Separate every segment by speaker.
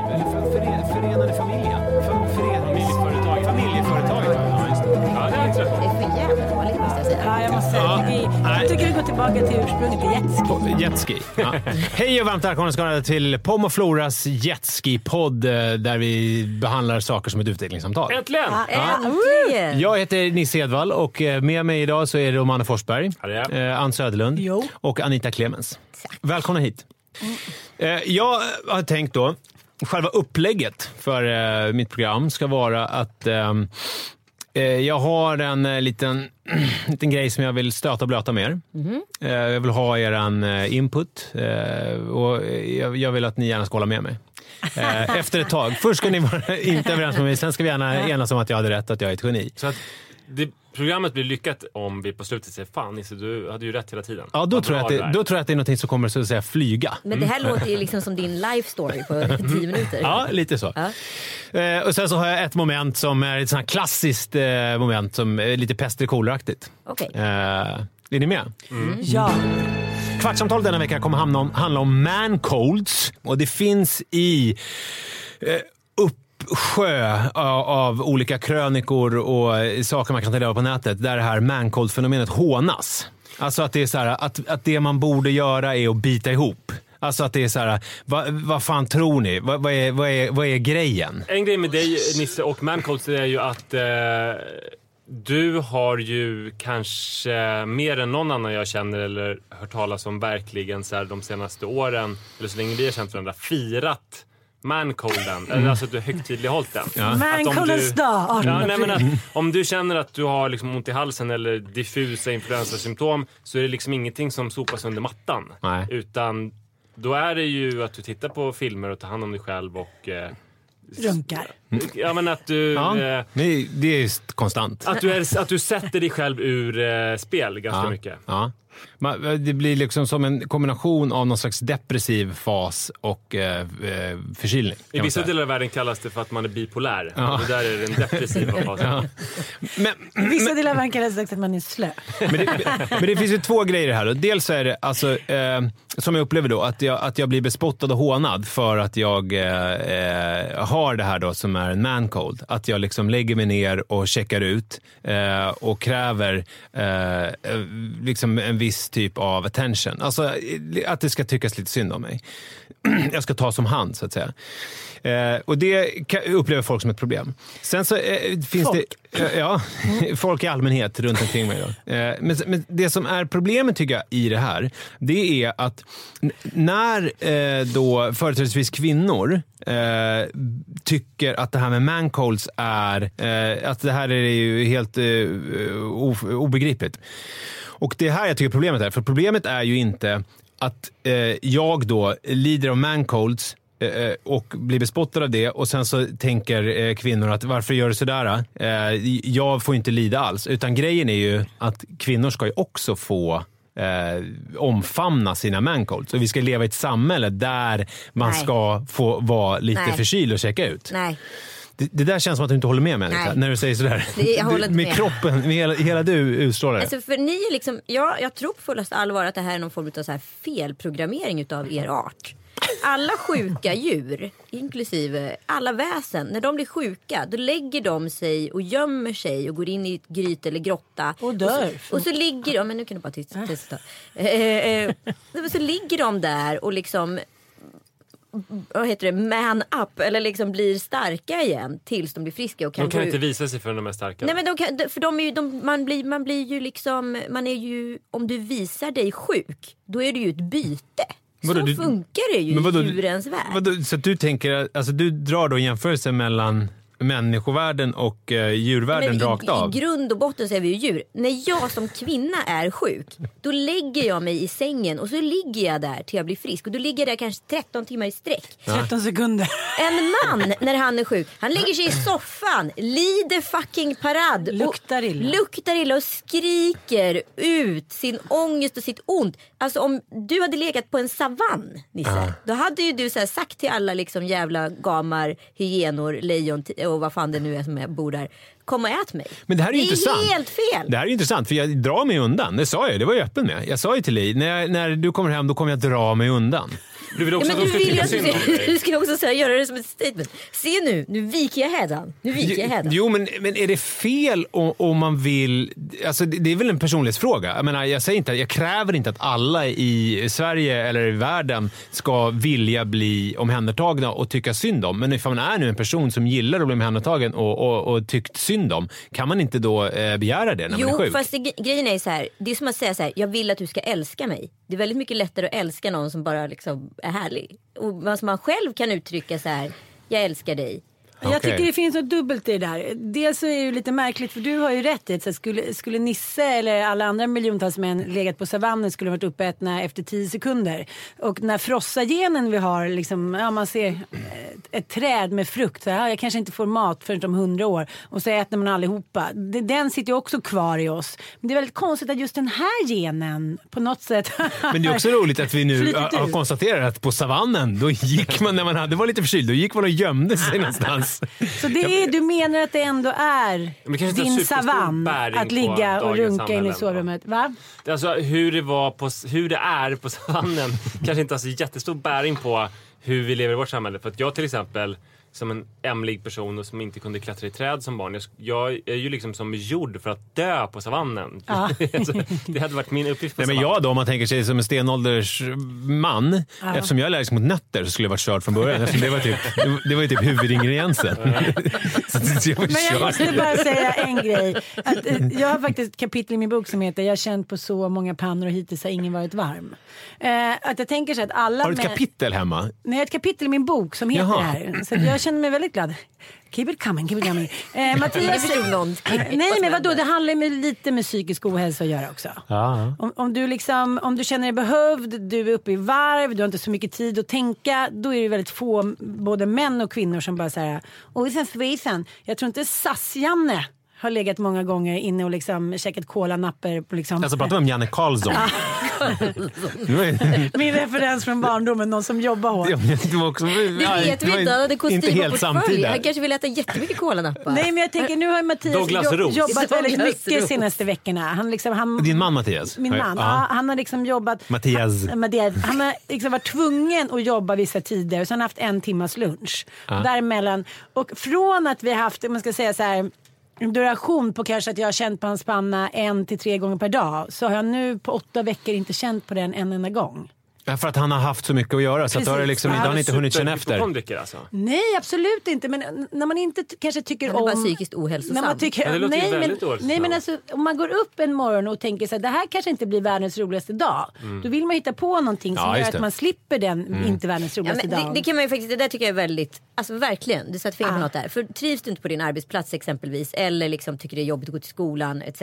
Speaker 1: Förenade familjen? Familjeföretag? Familjeföretag. Ja, just det. Ja, det har jag träffat.
Speaker 2: Det är för jävligt dåligt måste jag säga.
Speaker 3: Ja, jag måste säga.
Speaker 1: Ja.
Speaker 3: Vi, jag tycker vi går tillbaka till ursprunget till
Speaker 1: Jetski.
Speaker 3: jetski.
Speaker 1: Ja. Hej och varmt välkomna ska ni vara till Pom och Floras Jetski-podd eh, där vi behandlar saker som ett utvecklingssamtal.
Speaker 4: Äntligen!
Speaker 2: Äntligen!
Speaker 1: Jag heter Nisse Edvall och eh, med mig idag så är Romana Forsberg,
Speaker 4: Hallå.
Speaker 1: eh, Ann Söderlund
Speaker 3: Jo.
Speaker 1: och Anita Clemens. Välkomna hit. Eh, Jag har tänkt då, själva upplägget för eh, mitt program ska vara att ehm, eh, jag har en eh, liten, liten grej som jag vill stöta och blöta med er. Eh, Jag vill ha er en input eh, och jag jag vill att ni gärna ska hålla med mig. Eh, Efter ett tag. Först ska ni vara inte överens med mig, sen ska vi gärna enas om att jag hade rätt, att jag är ett geni.
Speaker 4: Så att det, programmet blir lyckat om vi på slutet säger fan Nisse, du hade ju rätt hela tiden.
Speaker 1: Ja, då
Speaker 4: Vad
Speaker 1: tror, jag
Speaker 4: bra
Speaker 1: att
Speaker 4: du
Speaker 1: det,
Speaker 4: är."
Speaker 1: då tror jag att det är någonting som kommer så att säga flyga.
Speaker 2: Men det här låter ju liksom som din life story på 10 minuter.
Speaker 1: Ja, lite så. Eh, och sen så har jag ett moment som är ett sånt här klassiskt eh, moment som är lite pest eller koleraktigt.
Speaker 2: Okej.
Speaker 1: Eh, är ni med?
Speaker 3: Ja.
Speaker 1: Kvartssamtalet denna vecka kommer hamna om, handla om man colds och det finns i eh, uppsjö av, av olika krönikor och eh, saker man kan ta del av på nätet där det här man cold fenomenet hånas. Alltså att det är så här, att, att det man borde göra är att bita ihop. Alltså att det är så här, vad vad fan tror ni? Vad- vad, är, vad, är, vad är grejen?
Speaker 4: En grej med dig Nisse och Mancolds är ju att eh, du har ju kanske mer än någon annan jag känner eller hört talas om verkligen så här, de senaste åren, eller så länge vi har känt varandra, firat mancolden. Eller alltså att du högtidlighållit den. Att om
Speaker 3: Mancoldens
Speaker 4: du-
Speaker 3: dag, 18
Speaker 4: Ja, nej, men att, om du känner att du har liksom ont i halsen eller diffusa influensasymptom så är det liksom ingenting som sopas under mattan.
Speaker 1: Nej.
Speaker 4: Utan då är det ju att du tittar på filmer och tar hand om dig själv och eh,
Speaker 3: Runkar.
Speaker 4: Ja, men att du,
Speaker 1: Ja,
Speaker 4: eh,
Speaker 1: det, det är just konstant.
Speaker 4: att, du är, att du sätter dig själv ur eh, spel ganska
Speaker 1: Ja,
Speaker 4: mycket.
Speaker 1: Ja. Man, det blir liksom som en kombination av någon slags depressiv fas och eh, eh, förkylning. kan
Speaker 4: I
Speaker 1: man
Speaker 4: vissa
Speaker 1: säga.
Speaker 4: delar av världen kallas det för att man är bipolär. Och där är den depressiva fasen.
Speaker 1: Men,
Speaker 3: Vissa delar verkar ha sagt att man är slö.
Speaker 1: men, det, men det finns ju två grejer här. Då. Dels så är det, alltså, eh, som jag upplever då, att jag, att jag blir bespottad och hånad för att jag eh, eh, har det här då som är en mancold. Att jag liksom lägger mig ner och checkar ut eh, och kräver eh, eh, liksom en viss typ av attention. Alltså eh, att det ska tyckas lite synd om mig. jag ska ta som hand, så att säga. Eh, och det ka- upplever folk som ett problem. Sen så eh, finns
Speaker 3: Folk.
Speaker 1: det... eh, ja, folk i allmänhet runt omkring mig. Då. Eh, men, men det som är problemet tycker jag i det här, det är att n- när eh, då företrädesvis kvinnor eh, tycker att det här med mancolds är... Eh, att det här är ju helt eh, of- obegripligt. Och det är här jag tycker problemet är. För problemet är ju inte att eh, jag då lider av mancolds eh, eh, och blir bespottad av det och sen så tänker eh, kvinnor att varför gör du sådär? Eh, jag får inte lida alls. Utan grejen är ju att kvinnor ska ju också få eh, omfamna sina mancolds. Och vi ska leva i ett samhälle där man
Speaker 2: Nej.
Speaker 1: ska få vara lite
Speaker 2: Nej.
Speaker 1: förkyld och checka ut.
Speaker 2: Nej.
Speaker 1: Det, det där känns som att du inte håller med mig Anita,
Speaker 2: Nej.
Speaker 1: när du säger sådär.
Speaker 2: Det- jag håller
Speaker 1: Du-
Speaker 2: inte
Speaker 1: med
Speaker 2: med.
Speaker 1: kroppen, med hela, hela du utstrålar det.
Speaker 2: Alltså för ni är liksom, ja, jag tror på fullaste allvar att det här är någon form av så här felprogrammering utav er art. alla sjuka djur, inklusive alla väsen, när de blir sjuka då lägger de sig och gömmer sig och går in i ett gryt eller grotta.
Speaker 3: Och dör. Äh.
Speaker 2: Och så, och så ligger de... Men nu kan du bara tyst- tysta. Eh, eh, nej, men så ligger de där och liksom vad heter det, man up eller liksom blir starka igen tills de blir friska och kan,
Speaker 4: De kan
Speaker 2: gå
Speaker 4: inte
Speaker 2: ut.
Speaker 4: visa sig förrän de är starka.
Speaker 2: Nej men de kan, de- för de är ju, de, man, blir, man blir ju liksom, man är ju, om du visar dig sjuk då är du ju ett byte.
Speaker 1: Vadå,
Speaker 2: så
Speaker 1: du-
Speaker 2: funkar det ju
Speaker 1: Men vadå,
Speaker 2: i djurens värld.
Speaker 1: Vadå, så att du tänker, alltså du drar då en jämförelse mellan människovärlden och eh, djurvärlden
Speaker 2: Men
Speaker 1: rakt
Speaker 2: i,
Speaker 1: av?
Speaker 2: I grund och botten så är vi ju djur. När jag som kvinna är sjuk, då lägger jag mig i sängen och så ligger jag där till jag blir frisk. Och då ligger jag där kanske 13 timmar i sträck.
Speaker 3: 13 sekunder.
Speaker 2: En man, när han är sjuk, han lägger sig i soffan, lider fucking parad. och-
Speaker 3: Luktar illa.
Speaker 2: Luktar illa och skriker ut sin ångest och sitt ont. Alltså om du hade legat på en savann, Nisse, då hade ju du så här sagt till alla liksom jävla gamar, hyenor, lejon t- och vad fan det nu är som är- bor där. Kom och ät mig.
Speaker 1: Men det här är ju
Speaker 2: det är
Speaker 1: intressant.
Speaker 2: helt fel.
Speaker 1: Det här är ju intressant, för jag drar mig undan. Det sa jag det var jag öppen med. Jag sa ju till dig, när, jag, när du kommer hem då kommer jag dra mig undan.
Speaker 4: Du vill
Speaker 2: Ja,
Speaker 4: också
Speaker 2: men
Speaker 4: att
Speaker 2: du
Speaker 4: de ska
Speaker 2: vill ju
Speaker 4: tycka
Speaker 2: att
Speaker 4: synd om
Speaker 2: du,
Speaker 4: dig.
Speaker 2: du ska ju också så här, göra det som ett statement. Se nu, nu viker jag hädan. Nu viker jag hädan.
Speaker 1: Jo, men, men är det fel om, om man vill... Alltså, det, det är väl en personlighetsfråga. Jag, menar, jag, säger inte, jag kräver inte att alla i Sverige eller i världen ska vilja bli omhändertagna och tycka synd om. Men ifall man är nu en person som gillar att bli omhändertagen och, och, och tyckt synd om, kan man inte då eh, begära det när man är
Speaker 2: Jo,
Speaker 1: sjuk?
Speaker 2: fast det, grejen är ju så här. Det är som att säga så här. Jag vill att du ska älska mig. Det är väldigt mycket lättare att älska någon som bara liksom är härlig. Och vad som man själv kan uttrycka så här. Jag älskar dig.
Speaker 3: Jag
Speaker 1: Okej.
Speaker 3: tycker det finns något dubbelt i det där. Dels så är det ju lite märkligt för du har ju rätt i att så här, skulle, skulle Nisse eller alla andra miljontals män legat på savannen skulle de varit uppätna efter tio sekunder. Och när frossagenen vi har, liksom, ja, man ser ett, ett träd med frukt, så här, "Ja, jag kanske inte får mat förrän om hundra år och så äter man allihopa. Det, den sitter ju också kvar i oss. Men det är väldigt konstigt att just den här genen på något sätt
Speaker 1: Men det är också roligt att vi nu
Speaker 3: Flyter
Speaker 1: har
Speaker 3: ut.
Speaker 1: har konstaterat att på savannen, då gick man när man hade, var lite förkyld, då gick man och gömde
Speaker 2: Ah.
Speaker 1: sig någonstans.
Speaker 3: Så det är, du menar att det ändå är
Speaker 4: Men kanske inte har
Speaker 3: din
Speaker 4: superstor
Speaker 3: savann
Speaker 4: bäring
Speaker 3: att
Speaker 4: på
Speaker 3: ligga och
Speaker 4: dagens
Speaker 3: runka in
Speaker 4: samhällen,
Speaker 3: i
Speaker 4: va?
Speaker 3: sovrummet? Va?
Speaker 4: Alltså, hur, det var på, hur det är på savannen kanske inte har så jättestor bäring på hur vi lever i vårt samhälle. För att jag till exempel, som en ämlig person och som inte kunde klättra i träd som barn. Jag, sk- jag är ju liksom som gjord för att dö på savannen. alltså, det hade varit min uppgift på
Speaker 1: Nej, men
Speaker 4: savannen.
Speaker 1: jag då, om man tänker sig som en stenåldersman. Eftersom jag är allergisk mot nötter så skulle jag varit körd från början. Eftersom det, var typ, det var ju typ huvudingrediensen. så jag var
Speaker 3: Men jag
Speaker 1: körd.
Speaker 3: måste bara säga en grej. Att, eh, jag har faktiskt ett kapitel i min bok som heter Jag har känt på så många pannor och hittills har ingen varit varm. Eh, att jag tänker så att alla
Speaker 1: Har du ett
Speaker 3: män-
Speaker 1: kapitel hemma?
Speaker 3: Nej, jag har ett kapitel i min bok som heter
Speaker 1: Jaha.
Speaker 3: det här. Så att jag känner mig väldigt glad. Keep it coming, keep it coming. Eh,
Speaker 2: Jag
Speaker 3: Mattias...
Speaker 2: förstod någonting.
Speaker 3: Nej, men vadå? Det handlar ju med- lite med psykisk ohälsa att göra också.
Speaker 1: Ja.
Speaker 3: Om, om, du liksom, om du känner dig behövd, du är uppe i varv, du har inte så mycket tid att tänka. Då är det väldigt få, både män och kvinnor, som bara säger Ojsan svejsan, jag tror inte SAS-Janne har legat många gånger inne och liksom käkat kolanapper. på Liksom.
Speaker 1: Alltså pratar vi om Janne Karlsson? Det var ju-
Speaker 3: Min referens från barndomen, någon som jobbar hårt.
Speaker 1: det var också-
Speaker 2: Det
Speaker 1: nej,
Speaker 2: vet
Speaker 1: var
Speaker 2: vi inte. Han hade kostym
Speaker 1: Inte helt
Speaker 2: och portfölj.
Speaker 1: samtida.
Speaker 2: Han kanske vill äta jättemycket kolanappar.
Speaker 3: Nej men jag tänker nu har ju Mattias
Speaker 4: Douglas
Speaker 3: jo-
Speaker 4: Roos.
Speaker 3: jobbat väldigt
Speaker 2: Douglas
Speaker 3: mycket
Speaker 2: Roos.
Speaker 3: senaste veckorna. Han liksom, han,
Speaker 1: Din man Mattias?
Speaker 3: Min man, ja.
Speaker 1: Ja.
Speaker 3: han har liksom jobbat...
Speaker 1: Mattias.
Speaker 3: Han, Mattias, han har liksom varit tvungen att jobba vissa tider och sen haft en timmas lunch. Däremellan. Och från att vi haft, om man ska säga så här, en duration på kanske att jag har känt på hans panna en till tre gånger per dag. Så har jag nu på åtta veckor inte känt på den en enda gång.
Speaker 1: Ja, För att han har haft så mycket att göra så att då har det
Speaker 3: Precis.
Speaker 1: liksom,
Speaker 3: Ja,
Speaker 1: han har inte hunnit känna efter.
Speaker 4: Superhypokondriker, Alltså.
Speaker 3: Nej, absolut inte. Men n- när man inte t- kanske tycker
Speaker 2: Han är
Speaker 3: om...
Speaker 2: bara psykiskt ohälsosam.
Speaker 3: När man tycker,
Speaker 4: Ja, det låter ju
Speaker 3: nej,
Speaker 4: väldigt
Speaker 3: men,
Speaker 4: ohälsosamt.
Speaker 3: nej, men alltså, om man går upp en morgon och tänker så här, det här kanske inte blir världens roligaste dag.
Speaker 4: Mm.
Speaker 3: Då vill man hitta på någonting som
Speaker 1: Ja,
Speaker 3: gör
Speaker 1: just
Speaker 3: att
Speaker 1: det.
Speaker 3: man slipper den inte världens
Speaker 2: Ja,
Speaker 3: roligaste
Speaker 2: men det,
Speaker 3: dagen.
Speaker 2: det kan man ju faktiskt, det där tycker jag är väldigt, alltså verkligen, du satte
Speaker 3: Ah.
Speaker 2: fingret på något där. För trivs du inte på din arbetsplats exempelvis eller liksom tycker det är jobbigt att gå till skolan etc.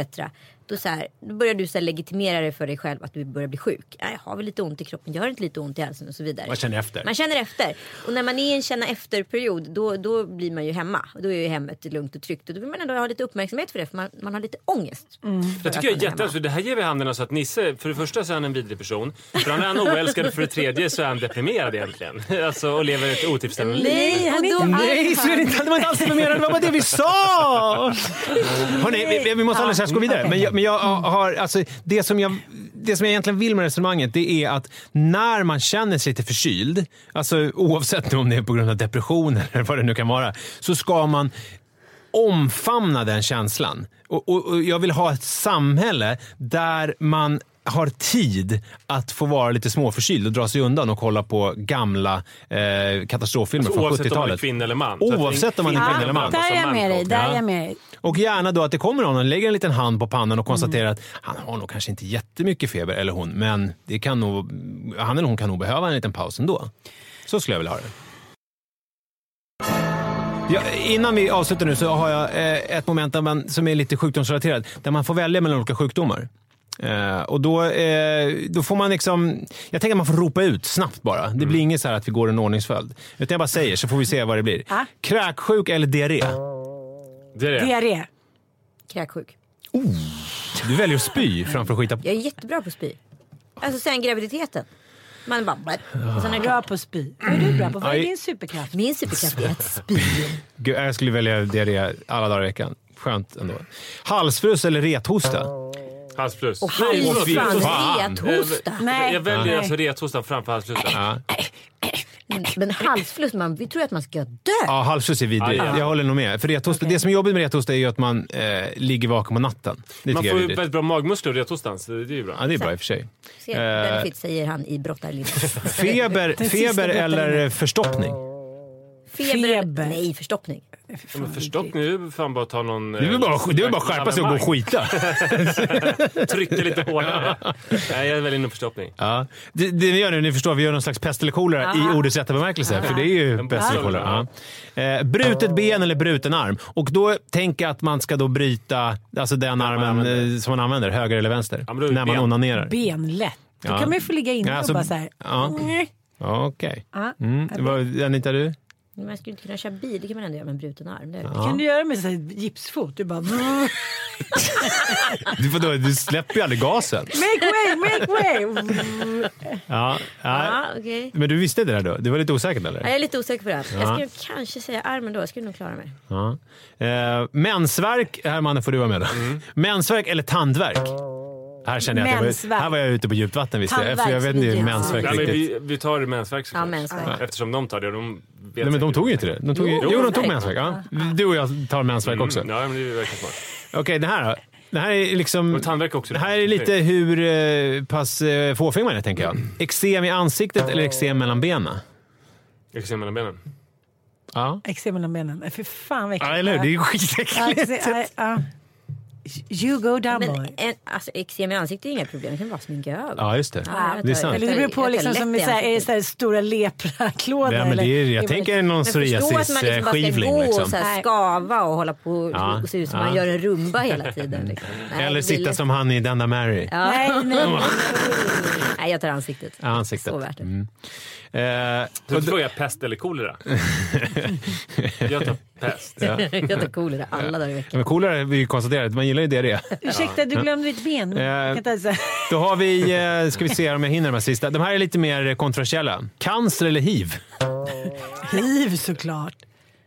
Speaker 2: Då, så här, då börjar du så här legitimera dig för dig själv att du börjar bli sjuk. Ja, Jag har väl lite ont i kroppen, gör inte lite ont i halsen och så vidare.
Speaker 1: Man känner efter.
Speaker 2: Man känner efter. Och när man är i en känna efter-period då, då blir man ju hemma. Och Då är ju hemmet lugnt och tryggt och då vill man ändå ha lite uppmärksamhet för det för man, man har lite ångest.
Speaker 3: Mm.
Speaker 4: Jag tycker
Speaker 3: alltså,
Speaker 4: jag är jättehemskt. för Det här ger vi handen alltså att Nisse, för det första så är han en vidrig person. För han är han oälskad och för det tredje så är han deprimerad egentligen. Alltså, och lever ett otillfredsställande liv.
Speaker 3: Nej, han är
Speaker 2: och
Speaker 3: inte
Speaker 2: då-
Speaker 3: arg.
Speaker 1: Nej, så är det inte. Det var inte alls mer det var bara det vi sa! Hörrni, vi, vi måste alldeles strax gå vidare. Men jag, men jag har, alltså, det som jag det som jag egentligen vill med resonemanget det är att när man känner sig lite förkyld, alltså oavsett om det är på grund av depression eller vad det nu kan vara, så ska man omfamna den känslan. Och, och, och jag vill ha ett samhälle där man har tid att få vara lite småförkyld och dra sig undan och kolla på gamla eh, katastroffilmer från
Speaker 4: Alltså, Oavsett om man är
Speaker 1: 70-talet.
Speaker 4: kvinna eller man.
Speaker 1: Oavsett om man är kvinna eller man.
Speaker 3: Där är jag med dig. Där är jag med dig.
Speaker 1: Och gärna då att det kommer någon och lägger en liten hand på pannan och konstaterar att han har nog kanske inte jättemycket feber, eller hon, men det kan nog, han eller hon kan nog behöva en liten paus ändå. Så skulle jag vilja ha det. Ja, innan vi avslutar nu så har jag eh, ett moment där man, som är lite sjukdomsrelaterat, där man får välja mellan olika sjukdomar. Eh, och då, eh, då får man liksom... Jag tänker att man får ropa ut snabbt bara. Det blir inget så här att vi går en ordningsföljd. Utan jag bara säger så får vi se vad det blir.
Speaker 3: Ah.
Speaker 1: Kräksjuk eller diarré?
Speaker 4: Det är det.
Speaker 3: Diarré.
Speaker 2: Kräksjuk.
Speaker 1: Du väljer att spy framför att skita på
Speaker 2: Jag är jättebra på att spy. Alltså sen graviditeten. Man bara... bleh. Och sen är det
Speaker 3: Bra
Speaker 2: klart.
Speaker 3: på att spy. Vad är du bra på? Vad är
Speaker 1: Aj.
Speaker 3: din superkraft?
Speaker 2: Min superkraft är att spy.
Speaker 1: Gud, jag skulle välja diarré alla dagar i veckan. Skönt ändå. Halsfluss eller rethosta?
Speaker 4: Halsfluss.
Speaker 2: Och
Speaker 1: Nej,
Speaker 2: halsfrans,
Speaker 1: fy fan.
Speaker 2: rethosta.
Speaker 3: Nej.
Speaker 4: Jag väljer
Speaker 3: Nej.
Speaker 4: alltså rethostan framför halsflussan.
Speaker 1: Ja.
Speaker 2: Men halsfluss, man, vi tror att man ska dö.
Speaker 1: ja, halsfluss är vidrigt.
Speaker 4: Ja, ja.
Speaker 1: Jag håller nog med. För rethosta, Det som är jobbigt med rethosta är ju att man eh, ligger vaken på natten. Det
Speaker 4: Man
Speaker 1: tycker jag
Speaker 4: får
Speaker 1: är
Speaker 4: ju
Speaker 1: vidrigt.
Speaker 4: väldigt bra magmuskler av rethostan, så det är ju bra.
Speaker 1: Ja, det är bra i och för sig. Eh,
Speaker 2: Se, Benefit säger han i brottarlinjen.
Speaker 1: Feber, feber eller förstoppning?
Speaker 2: Feber.
Speaker 3: Feber.
Speaker 2: Nej, förstoppning.
Speaker 4: Ja, Men förstopp nu, är det fan bara att ta någon... eh,
Speaker 1: Det är väl bara, det är väl bara att skärpa sig och gå och skita.
Speaker 4: Trycka lite hårdare. Nej, jag väljer nog förstoppning.
Speaker 1: Ja. Det, det vi gör nu, ni förstår, vi gör någon slags pest eller kolera i ordets rätta bemärkelse. För det är ju
Speaker 4: En
Speaker 1: pest eller
Speaker 4: bok.
Speaker 1: kolera. Ja. Eh, brutet ben eller bruten arm. Och då tänker jag att man ska då bryta alltså den armen
Speaker 4: använder.
Speaker 1: eh, som man använder, höger eller vänster,
Speaker 4: Ja, men då är det
Speaker 1: när man
Speaker 4: ben.
Speaker 1: onanerar.
Speaker 3: Benlätt. Då
Speaker 1: Ja.
Speaker 3: kan man ju få ligga inne
Speaker 1: Ja, alltså,
Speaker 3: och bara så här.
Speaker 1: ja.
Speaker 3: Nej.
Speaker 1: Okej.
Speaker 3: Ja.
Speaker 1: Mm. Vad- Anita, du?
Speaker 2: Men jag skulle inte kunna köra bil, det kan man ändå göra med en bruten arm. Det är
Speaker 3: Kan du göra med så här gipsfot? Du bara... Make
Speaker 1: Du, får då, du släpper ju aldrig gasen.
Speaker 3: way, make way! Mm.
Speaker 1: Ja, nej.
Speaker 2: Ja, okej.
Speaker 1: Men du visste det där då? Du var lite osäker
Speaker 2: Ja,
Speaker 1: eller?
Speaker 2: Jag är lite osäker på det här. Jag skulle kanske säga armen då. Jag skulle nog klara mig.
Speaker 1: Ja. Eh, mensvärk, här mannen får du vara med. då.
Speaker 4: Mm.
Speaker 1: Mensvärk eller tandvärk? Här kände jag att jag var,
Speaker 3: Mensvärk.
Speaker 1: här var jag ute på djupt vatten visste jag. För jag vet inte hur
Speaker 2: Tandvärksvideo.
Speaker 1: mensvärk
Speaker 4: Nej, men
Speaker 1: riktigt.
Speaker 4: vi, vi tar mensvärk såklart.
Speaker 2: Ja, mensvärk.
Speaker 4: Eftersom de tar det. De vet
Speaker 1: Nej, men de
Speaker 4: säkert.
Speaker 1: tog ju inte det. De tog jo,
Speaker 2: Jo,
Speaker 1: jo, de tog
Speaker 2: mensvärk.
Speaker 1: mensvärk. Ja. Du och jag tar mensvärk också.
Speaker 4: Mm, ja, men det verkar smart.
Speaker 1: Okej, den här då? Den här är liksom...
Speaker 4: Och tandvärk också.
Speaker 1: Det här är lite hur eh, pass eh, fåfäng man är, tänker jag. Eksem i ansiktet eller eksem mellan benen?
Speaker 4: Jag kan se mellan benen.
Speaker 1: Ja.
Speaker 3: Eksem mellan benen. Nej, Fy fan vad äckligt.
Speaker 1: Ja, eller hur? Det är ju
Speaker 3: Ja,
Speaker 1: skitäckligt.
Speaker 3: exem- nej, ja. You go down
Speaker 2: Men
Speaker 3: boy.
Speaker 2: en, alltså, eksem i ansiktet är inga problem. Det kan vara sminka över.
Speaker 1: Ja, just det.
Speaker 2: Ja, jag
Speaker 1: Det är
Speaker 2: tar-
Speaker 1: sant.
Speaker 3: Eller det beror på
Speaker 2: Jag tar
Speaker 3: liksom
Speaker 2: lätt
Speaker 3: som är
Speaker 2: i
Speaker 3: så här, är det
Speaker 2: ansiktet.
Speaker 3: så här stora lepraklådor.
Speaker 1: Ja, men det är,
Speaker 3: eller?
Speaker 1: jag
Speaker 2: väl-
Speaker 1: tänker någon
Speaker 2: Men förstå att man liksom bara ska
Speaker 1: psoriasis-skivling.
Speaker 2: gå och
Speaker 1: Liksom.
Speaker 2: så här skava och hålla på och,
Speaker 1: Ja.
Speaker 2: och se ut som
Speaker 1: Ja.
Speaker 2: man gör en rumba hela tiden. Liksom. Nej,
Speaker 1: Eller
Speaker 2: det
Speaker 1: sitta
Speaker 2: lät-
Speaker 1: som han i Denda Mary.
Speaker 2: Ja.
Speaker 3: Nej, nej, nej.
Speaker 2: Nej, jag tar ansiktet.
Speaker 1: Ja, ansiktet. Mm.
Speaker 2: Så värt det.
Speaker 1: Eh,
Speaker 4: Så frågar jag pest eller kolera. jag tar pest.
Speaker 1: Mm.
Speaker 2: jag tar kolera alla dagar i veckan.
Speaker 1: men coolare är vi konstaterar att man gillar ju det det är.
Speaker 3: Ursäkta, du glömde ditt ben. Jag kan inte ens säga.
Speaker 1: Då har vi, eh, ska vi se om jag hinner de här sista. De här är lite mer kontroversiella. Cancer eller hiv?
Speaker 3: Liv såklart.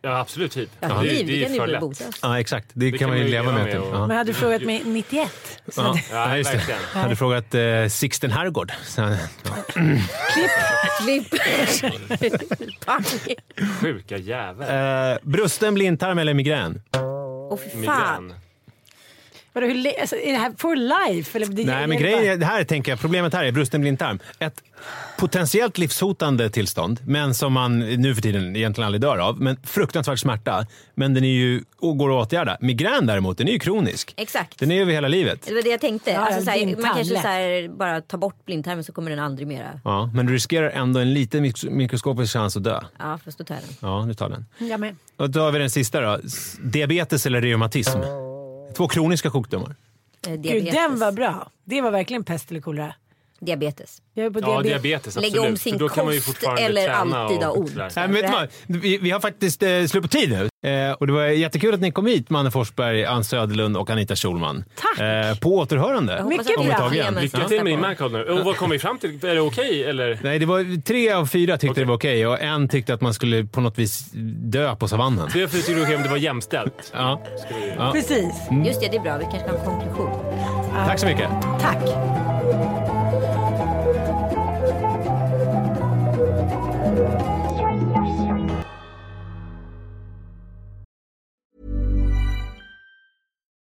Speaker 4: Ja, absolut hiv.
Speaker 2: Ja,
Speaker 4: Det,
Speaker 2: hiv,
Speaker 4: är- det är
Speaker 2: kan
Speaker 4: ju
Speaker 2: ju
Speaker 4: för
Speaker 2: bli
Speaker 4: lätt.
Speaker 2: botas.
Speaker 1: Ja, exakt. Det, kan man ju leva med. typ.
Speaker 4: och-
Speaker 1: Ja.
Speaker 3: Men hade du frågat mig 91?
Speaker 1: Ja,
Speaker 4: Ja,
Speaker 1: just det.
Speaker 4: verkligen.
Speaker 1: Hade frågat eh, Sixten Herrgård. Så, ja.
Speaker 2: Klipp! Pang!
Speaker 4: Sjuka jävel.
Speaker 1: Eh, brusten, blindtarm eller migrän?
Speaker 2: Åh fy fan.
Speaker 4: Migrän.
Speaker 3: Vadå, hur, le- alltså, är det här for life? Eller, det,
Speaker 1: Nej, men
Speaker 3: är det
Speaker 1: grejen
Speaker 3: bara-
Speaker 1: är, det här tänker jag, problemet här är brusten blindtarm. Ett potentiellt livshotande tillstånd, men som man nu för tiden egentligen aldrig dör av. Men fruktansvärd smärta, men den är ju och går att åtgärda. Migrän däremot, den är ju kronisk.
Speaker 2: Exakt.
Speaker 1: Den är ju över hela livet.
Speaker 2: Det var det jag tänkte. alltså,
Speaker 3: ja,
Speaker 2: såhär,
Speaker 3: blindtarm,
Speaker 2: man kanske
Speaker 3: lätt.
Speaker 2: såhär, bara tar bort blindtarmen så kommer den aldrig mera.
Speaker 1: Ja, men du riskerar ändå en liten mik- mikroskopisk chans att dö.
Speaker 2: Ja, fast då tar jag den.
Speaker 1: Ja, nu tar den.
Speaker 3: Ja, men,
Speaker 1: Och då har vi den sista då. S- Diabetes eller reumatism? Två kroniska sjukdomar.
Speaker 2: Eh, diabetes.
Speaker 3: gud, den var bra. Det var verkligen pest eller kolera.
Speaker 2: Diabetes.
Speaker 3: Jag är på
Speaker 4: Ja,
Speaker 3: diabetes.
Speaker 4: diabetes.
Speaker 2: Lägg
Speaker 4: Absolut.
Speaker 2: om sin
Speaker 4: För då kan man ju
Speaker 2: kost
Speaker 4: fortfarande
Speaker 2: eller
Speaker 4: träna
Speaker 2: alltid
Speaker 4: och-
Speaker 2: ha ont.
Speaker 4: sådär.
Speaker 1: Nej, men vet du vad? Vi, vi har faktiskt eh, slut på tid nu. Eh, och det var jättekul att ni kom hit, Manne Forsberg, Ann Söderlund och Anita Schulman.
Speaker 3: Tack.
Speaker 1: Eh, på återhörande.
Speaker 2: hoppas
Speaker 3: Mycket
Speaker 2: att
Speaker 1: Om
Speaker 2: problemen
Speaker 3: bra.
Speaker 1: ett tag igen.
Speaker 4: Lycka
Speaker 2: fortsätter
Speaker 4: till med din
Speaker 2: på.
Speaker 4: mancode nu. Och vad kom vi fram till? Är det okej eller?
Speaker 1: Nej, det var tre av fyra tyckte det var okej och en tyckte att man skulle på något vis dö på savannen.
Speaker 4: Det är för att det är okej om det var jämställt.
Speaker 1: Ja.
Speaker 4: Ska vi-
Speaker 3: Precis.
Speaker 2: Just det, det är bra. Vi kanske kan ha en konklusion.
Speaker 1: Tack så mycket.
Speaker 3: Tack.